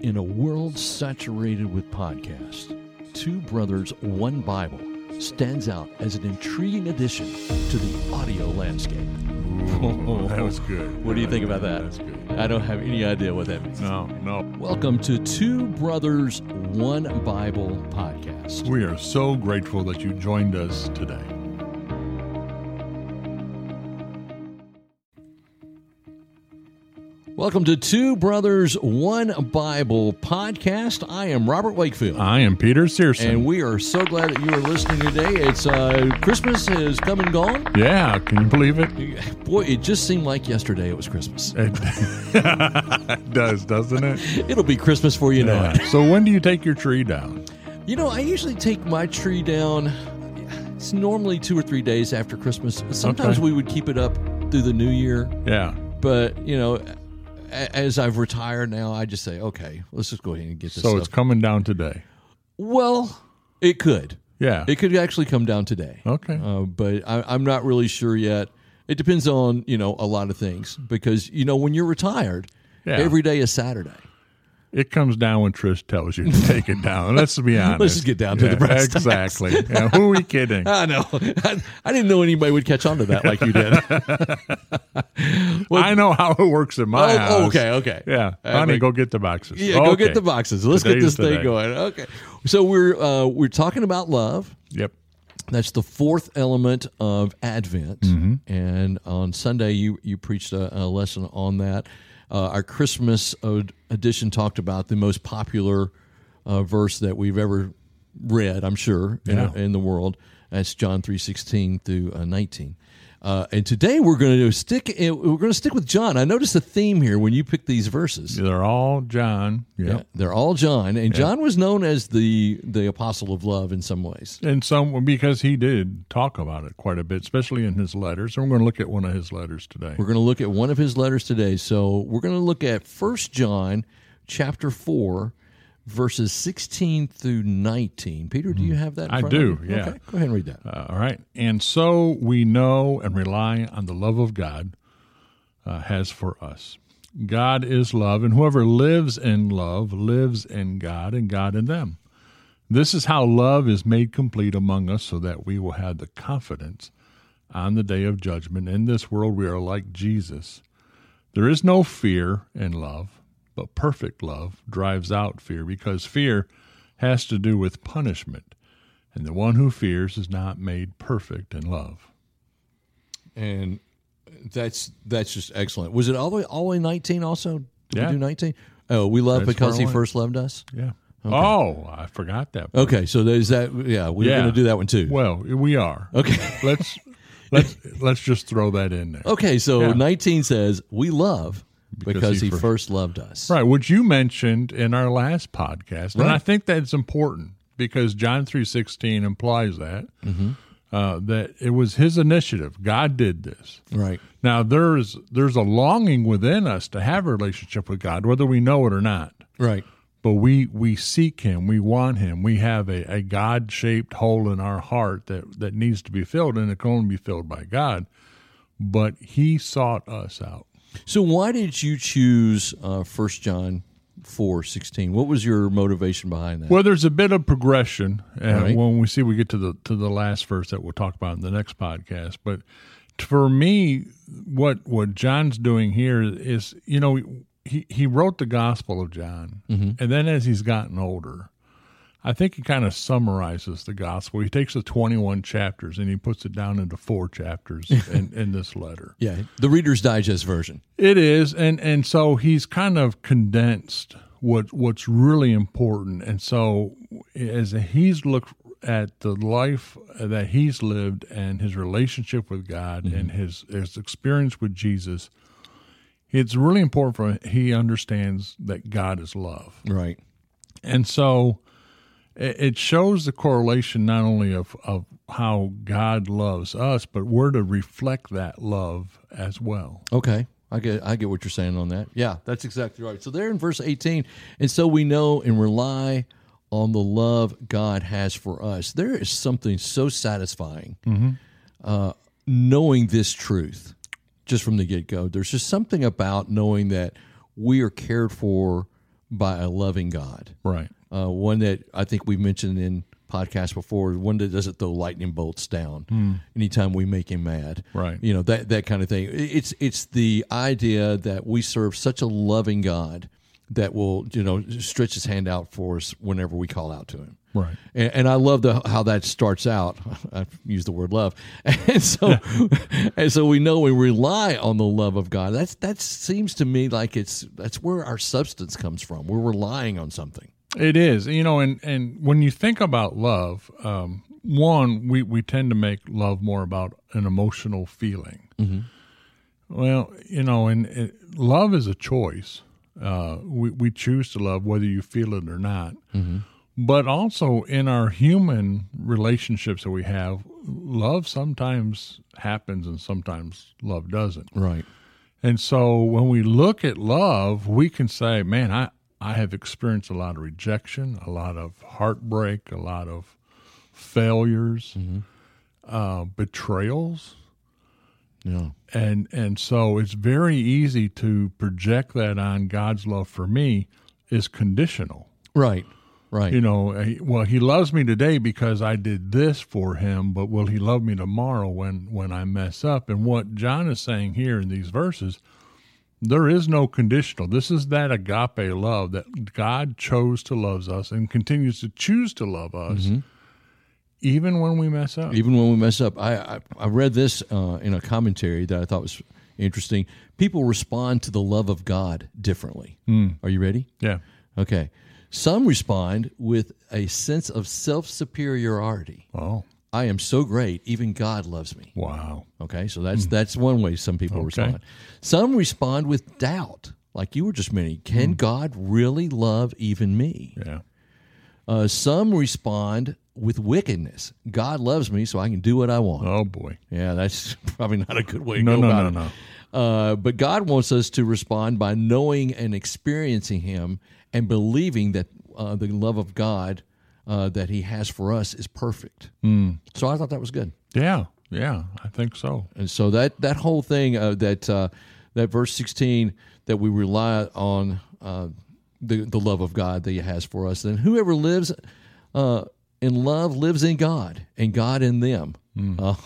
In a world saturated with podcasts, Two Brothers, One Bible stands out as an intriguing addition to the audio landscape. Ooh, that was good. What do you think about that? That's good. I don't have any idea what that means. No, no. Welcome to Two Brothers, One Bible podcast. We are so grateful that you joined us today. Welcome to Two Brothers, One Bible podcast. I am Robert Wakefield. I am Peter Searson. And we are so glad that you are listening today. It's uh, Christmas has come and gone. yeah, can you believe it? Boy, it just seemed like yesterday it was Christmas. It, it does, doesn't it? It'll be Christmas for you now. Yeah. So when do you take your tree down? You know, I usually take my tree down. It's normally two or three days after Christmas. Sometimes Okay. we would keep it up through the new year, Yeah. but you know, a- as I've retired now, I just say, okay, let's just go ahead and get this. So stuff. it's coming down today. well, it could, Yeah. it could actually come down today. okay. uh, but I, I'm not really sure yet. It depends on you know a lot of things because you know when you're retired, Yeah. every day is Saturday. It comes down when Trish tells you to take it down. Let's be honest. just get down to the brass tacks. Exactly. Yeah, who are we kidding? I know. I, I didn't know anybody would catch on to that like you did. Oh, I know how it works in my Oh, house. okay, okay. Yeah. Uh, Honey, but- go get the boxes. Yeah, go get Okay. the boxes. Let's get Today's this today. thing going. Okay. So we're uh, we're talking about love. Yep. That's the fourth element of Advent. And on Sunday, you you preached a, a lesson on that. Uh, our Christmas od- edition talked about the most popular uh, verse that we've ever read. I'm sure in, Yeah. in the world. That's John three sixteen through uh, nineteen. Uh, and today we're going to stick. eh, We're going to stick with John. I noticed a theme here when you picked these verses. They're all John. Yep. Yeah, they're all John, and John was known as the the apostle of love in some ways. And some because he did talk about it quite a bit, especially in his letters. And we're going to look at one of his letters today. We're going to look at one of his letters today. So we're going to look at 1 John chapter four, verses sixteen through nineteen. Peter, do you have that? In Mm. I front of do, you? yeah. Okay, go ahead and read that. Uh, all right. And so we know and rely on the love of God uh, has for us. God is love, and whoever lives in love lives in God and God in them. This is how love is made complete among us so that we will have the confidence on the day of judgment. In this world, we are like Jesus. There is no fear in love, but perfect love drives out fear because fear has to do with punishment, and the one who fears is not made perfect in love. And that's that's just excellent. Was it all the way all the way nineteen also? Did Yeah. we do nineteen? Oh, we love That's because where I he went. first loved us. Yeah. Oh, I forgot that. part. Okay, so there's that. Yeah, we're Yeah. going to do that one too. Well, we are. Okay. Let's let's let's just throw that in there. Okay, so Yeah. 19 says, We love because, he he, first- first, loved us. Right, which you mentioned in our last podcast, and I Right. think that's important because John three sixteen implies that Mm-hmm. uh, that it was His initiative. God did this. Right. Now there's there's a longing within us to have a relationship with God, whether we know it or not. Right. But we we seek Him, we want Him, we have a, a God shaped hole in our heart that that needs to be filled, and it can only be filled by God. But He sought us out. So why did you choose uh, 1 John four sixteen? What was your motivation behind that? Well, there's a bit of progression uh, Right. when we see we get to the to the last verse that we'll talk about in the next podcast. But for me, what what John's doing here is, you know, he he wrote the Gospel of John, Mm-hmm. and then as he's gotten older, I think he kind of summarizes the Gospel. He takes the 21 chapters and he puts it down into four chapters in, in this letter. yeah, the Reader's Digest version. It is, and and so he's kind of condensed what what's really important, and so as he's looked at the life that he's lived and his relationship with God and his his experience with Jesus, it's really important for him. He understands that God is love, Right. and so it it shows the correlation not only of, of how God loves us, but we're to reflect that love as well. Okay. I get I get what you're saying on that. Yeah, that's exactly right. So there in verse 18, and so we know and rely on the love God has for us. There is something so satisfying uh, knowing this truth just from the get go. There's just something about knowing that we are cared for by a loving God. Right. Uh, one that I think we've mentioned in podcasts before, one that doesn't throw lightning bolts down anytime we make him mad. Hmm. Right. You know, that that kind of thing. I- It's it's the idea that we serve such a loving God that will, you know, stretch his hand out for us whenever we call out to him. Right. And, and I love the how that starts out. I use the word love, and so and so we know we rely on the love of God. That's that seems to me like it's that's where our substance comes from. We're relying on something. It is, you know, and and when you think about love, um, one we we tend to make love more about an emotional feeling. Well, you know, and it, love is a choice. Uh, we we choose to love whether you feel it or not. But also in our human relationships that we have, love sometimes happens and sometimes love doesn't. Right. And so when we look at love, we can say, man, I, I have experienced a lot of rejection, a lot of heartbreak, a lot of failures, uh, betrayals. Yeah. And, and so it's very easy to project that on God's love for me is conditional. Right. Right. You know, eh, well, he loves me today because I did this for him, but will he love me tomorrow when when I mess up? And what John is saying here in these verses, there is no conditional. This is that agape love that God chose to love us and continues to choose to love us, even when we mess up. Even when we mess up, I I, I read this uh, in a commentary that I thought was interesting. People respond to the love of God differently. Are you ready? Yeah, Okay. Some respond with a sense of self superiority. Oh, I am so great, even God loves me. wow. Okay, so that's that's one way some people respond. Some respond with doubt, like you were just mentioning. Can God really love even me? Yeah, Uh, some respond with wickedness. God loves me, so I can do what I want. oh boy. Yeah, that's probably not a good way to No, go no, about no, it. Uh, but God wants us to respond by knowing and experiencing Him and believing that uh, the love of God uh, that He has for us is perfect. Hmm. So I thought that was good, Yeah, yeah, I think so. and so that that whole thing uh, that uh, that verse sixteen that we rely on uh, the the love of God that He has for us, and whoever lives uh, in love lives in God, and God in them.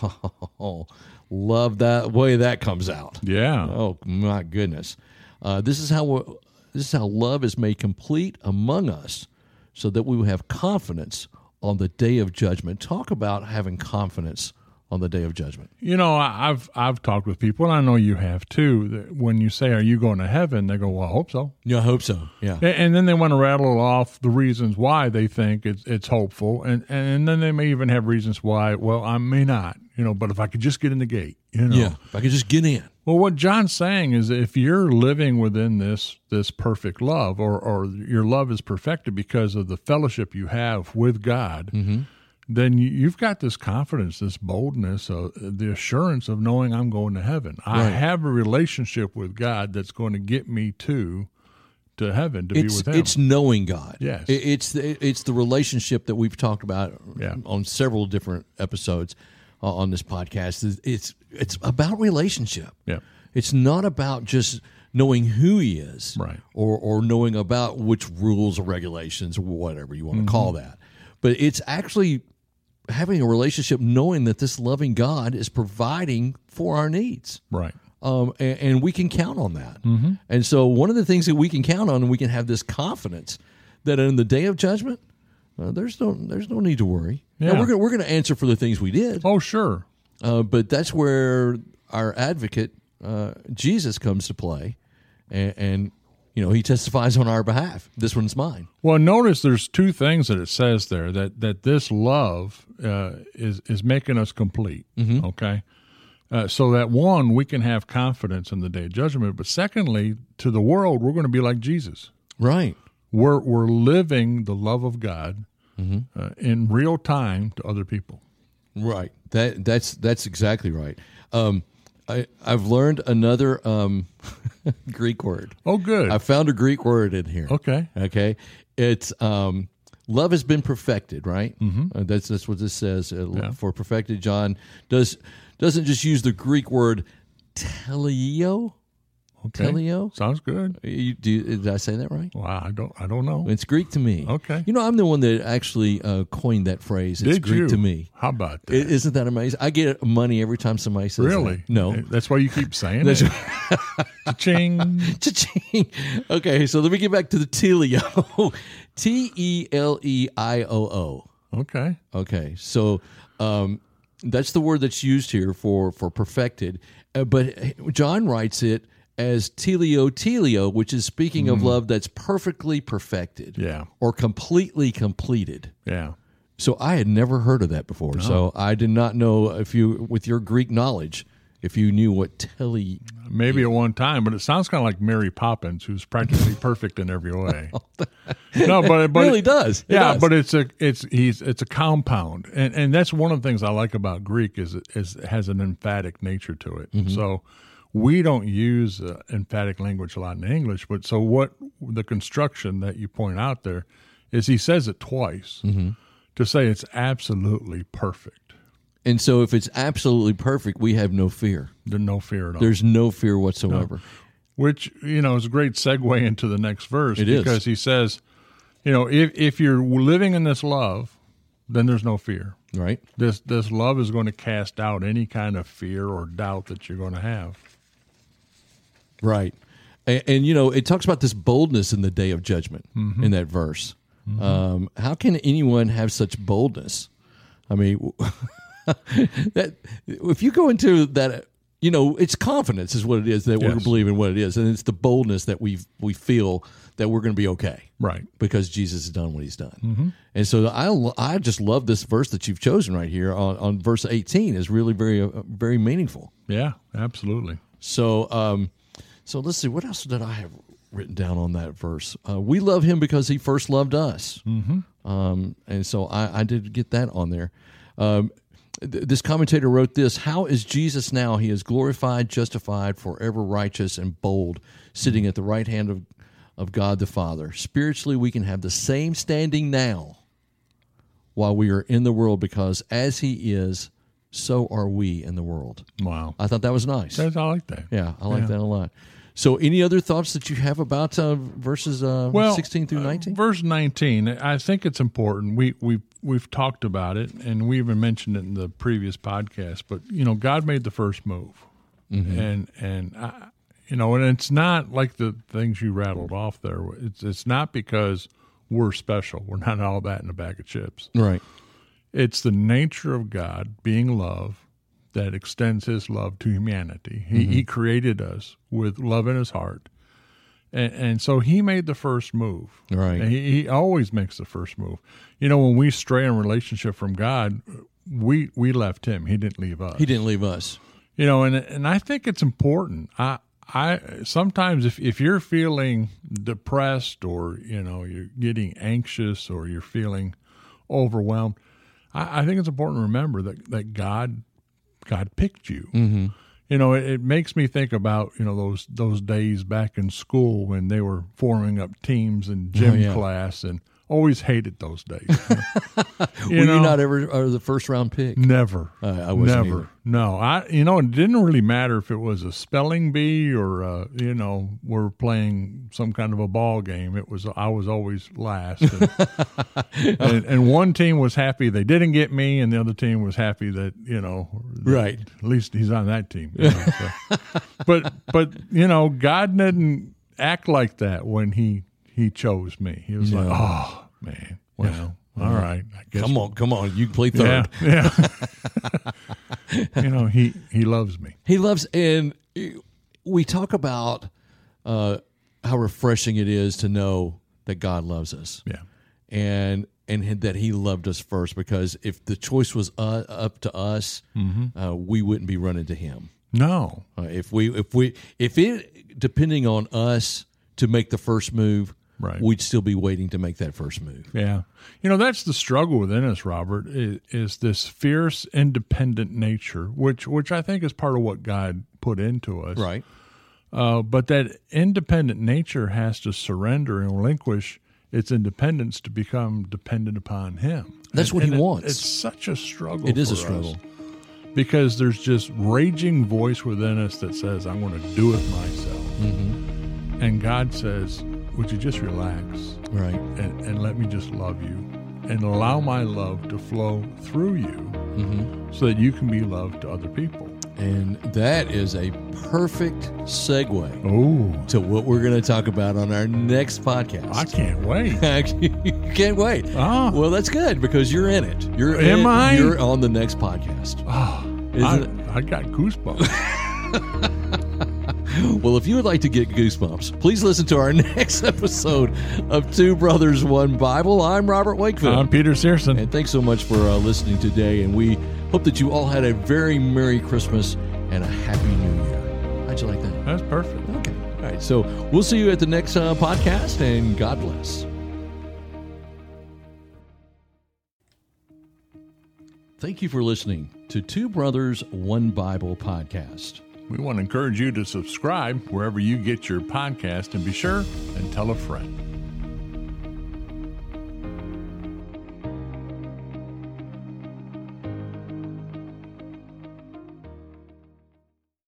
Oh, love that way that comes out. Yeah, Oh my goodness! Uh, this is how we this is how love is made complete among us, so that we will have confidence on the day of judgment. Talk about having confidence on the day of judgment. You know, I- I've I've talked with people, and I know you have too. That when you say, "Are you going to heaven?" they go, "Well, I hope so," Yeah, I hope so. Yeah, A- and then they want to rattle off the reasons why they think it's it's hopeful, and and then they may even have reasons why. Well, I may not, you know, but if I could just get in the gate, you know. yeah. If I could just get in, Well, what John's saying is, if you're living within this this perfect love, or or your love is perfected because of the fellowship you have with God, Mm-hmm. then you, you've got this confidence, this boldness, uh, the assurance of knowing I'm going to heaven. I Right. have a relationship with God that's going to get me to to heaven to it's be with Him. it's knowing God. Yes. It- it's the, it's the relationship that we've talked about Yeah. on several different episodes uh, on this podcast. It's- It's it's about relationship. yeah, It's not about just knowing who he is, Right. Or or knowing about which rules or regulations, whatever you want to call Mm-hmm. that. But it's actually having a relationship, knowing that this loving God is providing for our needs, right. um, and, and we can count on that. Mm-hmm. And so, one of the things that we can count on, and we can have this confidence that in the day of judgment, uh, there's no there's no need to worry. Now, Yeah. we're gonna, we're going to answer for the things we did. Oh, sure. Uh, but that's where our advocate uh, Jesus comes to play, and, and you know he testifies on our behalf. This one's mine. Well, notice there's two things that it says there that that this love uh, is is making us complete. Mm-hmm. Okay, uh, so that one we can have confidence in the day of judgment, but secondly, to the world we're going to be like Jesus. Right. We're we're living the love of God Mm-hmm. uh, in real time to other people. Right. That that's that's exactly right. Um, I I've learned another um, Greek word. Oh, good. I found a Greek word in here. okay. Okay. It's um, love has been perfected, right? Mm-hmm. Uh, that's that's what this says. Uh, For perfected, John does doesn't just use the Greek word teleio. Okay. Teleo? Sounds good. You, do, did I say that right? Wow, I don't I don't know. It's Greek to me. Okay. You know, I'm the one that actually uh, coined that phrase. It's Did Greek you? to me. How about I- that? Isn't that amazing? I get money every time somebody says that. really? No. That's why you keep saying it. Ching. Cha-ching. Okay, so let me get back to the Teleo. T E L E I O O. Okay. Okay, so um, that's the word that's used here for for perfected, uh, but John writes it as telio telio, which is speaking of love that's perfectly perfected, Hmm. Yeah. or completely completed. Yeah. So I had never heard of that before. Oh. So I did not know if you, with your Greek knowledge, if you knew what tele. Maybe at one time, but it sounds kind of like Mary Poppins, who's practically perfect in every way. No, but but really does. It yeah, does. but it's a it's he's it's a compound, and and that's one of the things I like about Greek is it- is it has an emphatic nature to it. Mm-hmm. So we don't use uh, emphatic language a lot in English, but so what the construction that you point out there is he says it twice Mm-hmm. to say it's absolutely perfect. and so if it's absolutely perfect, we have no fear. There's no fear at all. There's no fear whatsoever. which you know is a great segue into the next verse is. because he says, you know, if if you're living in this love, then there's no fear. Right? This this love is going to cast out any kind of fear or doubt that you're going to have. Right. And, and you know, it talks about this boldness in the day of judgment Mm-hmm. in that verse. Um, how can anyone have such boldness? I mean, that if you go into that, you know, it's confidence is what it is that Yes. we're believing what it is, and it's the boldness that we we feel that we're going to be okay, Right. Mm-hmm. Because Jesus has done what He's done, and so I lo- I just love this verse that you've chosen right here on, on verse eighteen is really very uh, very meaningful. Yeah, absolutely. So, um, so let's see. What else did I have written down on that verse? Uh, we love him because he first loved us. Mm-hmm. Um, and so I, I did get that on there. Um, th- this commentator wrote this: How is Jesus now? He is glorified, justified, forever righteous, and bold, sitting at the right hand of of God the Father. Spiritually, we can have the same standing now while we are in the world because as he is, so are we in the world. Wow. I thought that was nice. That's, I like that. Yeah, I like that a lot. So, any other thoughts that you have about uh, verses uh, Well, 16 through 19? Verse 19, I think it's important. We we we've talked about it and we even mentioned it in the previous podcast, but you know, God made the first move. And and I, you know, and it's not like the things you rattled off there. It's it's not because we're special. We're not all that in a bag of chips. right. It's the nature of God being love that extends his love to humanity. He, he created us with love in his heart. And, and so he made the first move. Right. And he, he always makes the first move. You know, when we stray in relationship from God, we we left him. He didn't leave us. He didn't leave us. You know, and and I think it's important. I I sometimes if if you're feeling depressed or you know you're getting anxious or you're feeling overwhelmed, I, I think it's important to remember that that God God picked you. Mm-hmm. You know, it, it makes me think about you know those those days back in school when they were forming up teams in gym Oh, yeah. class and always hated those days. Were know? you not Uh, ever uh, the first round pick? Never. I wasn't Never. either. No, I. You know, it didn't really matter if it was a spelling bee or uh, you know we're playing some kind of a ball game. It was I was always last, and, and, and one team was happy they didn't get me, and the other team was happy that you know Right. At least he's on that team. you know, so. but but you know, God didn't act like that when he he chose me. He was like, oh man, well, all right, I guess Come on, come on. You can play third. yeah, yeah. you know, he he loves me. He loves, and we talk about uh, how refreshing it is to know that God loves us. Yeah, and and that he loved us first because if the choice was uh, up to us, Mm-hmm. uh, we wouldn't be running to him. no, Uh, if we if we if it depending on us to make the first move, Right. we'd still be waiting to make that first move. yeah. You know, that's the struggle within us, Robert. Is, is this fierce, independent nature, which which I think is part of what God put into us. Right. Uh, but that independent nature has to surrender and relinquish its independence to become dependent upon Him. That's And- what He and it- wants. It's such a struggle. It is a for us struggle. because there's just raging voice within us that says, "I'm going to do it myself." Mm-hmm. And God says, Would you just relax Right. and, and let me just love you and allow my love to flow through you Mm-hmm. so that you can be loved to other people? And that is a perfect segue Oh, to what we're going to talk about on our next I podcast. can't wait. you can't wait. Ah. Well, that's good because you're in it. You're Am in, I? You're on the next podcast. Ah, Isn't I, I got goosebumps. Well, if you would like to get goosebumps, please listen to our next episode of Two Brothers One Bible. I'm Robert Wakefield. I'm Peter Searson. and thanks so much for uh, listening today. And we hope that you all had a very Merry Christmas and a Happy New Year. How'd you like that? That's perfect. Okay. All right. So we'll see you at the next uh, podcast, and God bless. Thank you for listening to Two Brothers, One Bible podcast. We want to encourage you to subscribe wherever you get your podcast and be sure and tell a friend.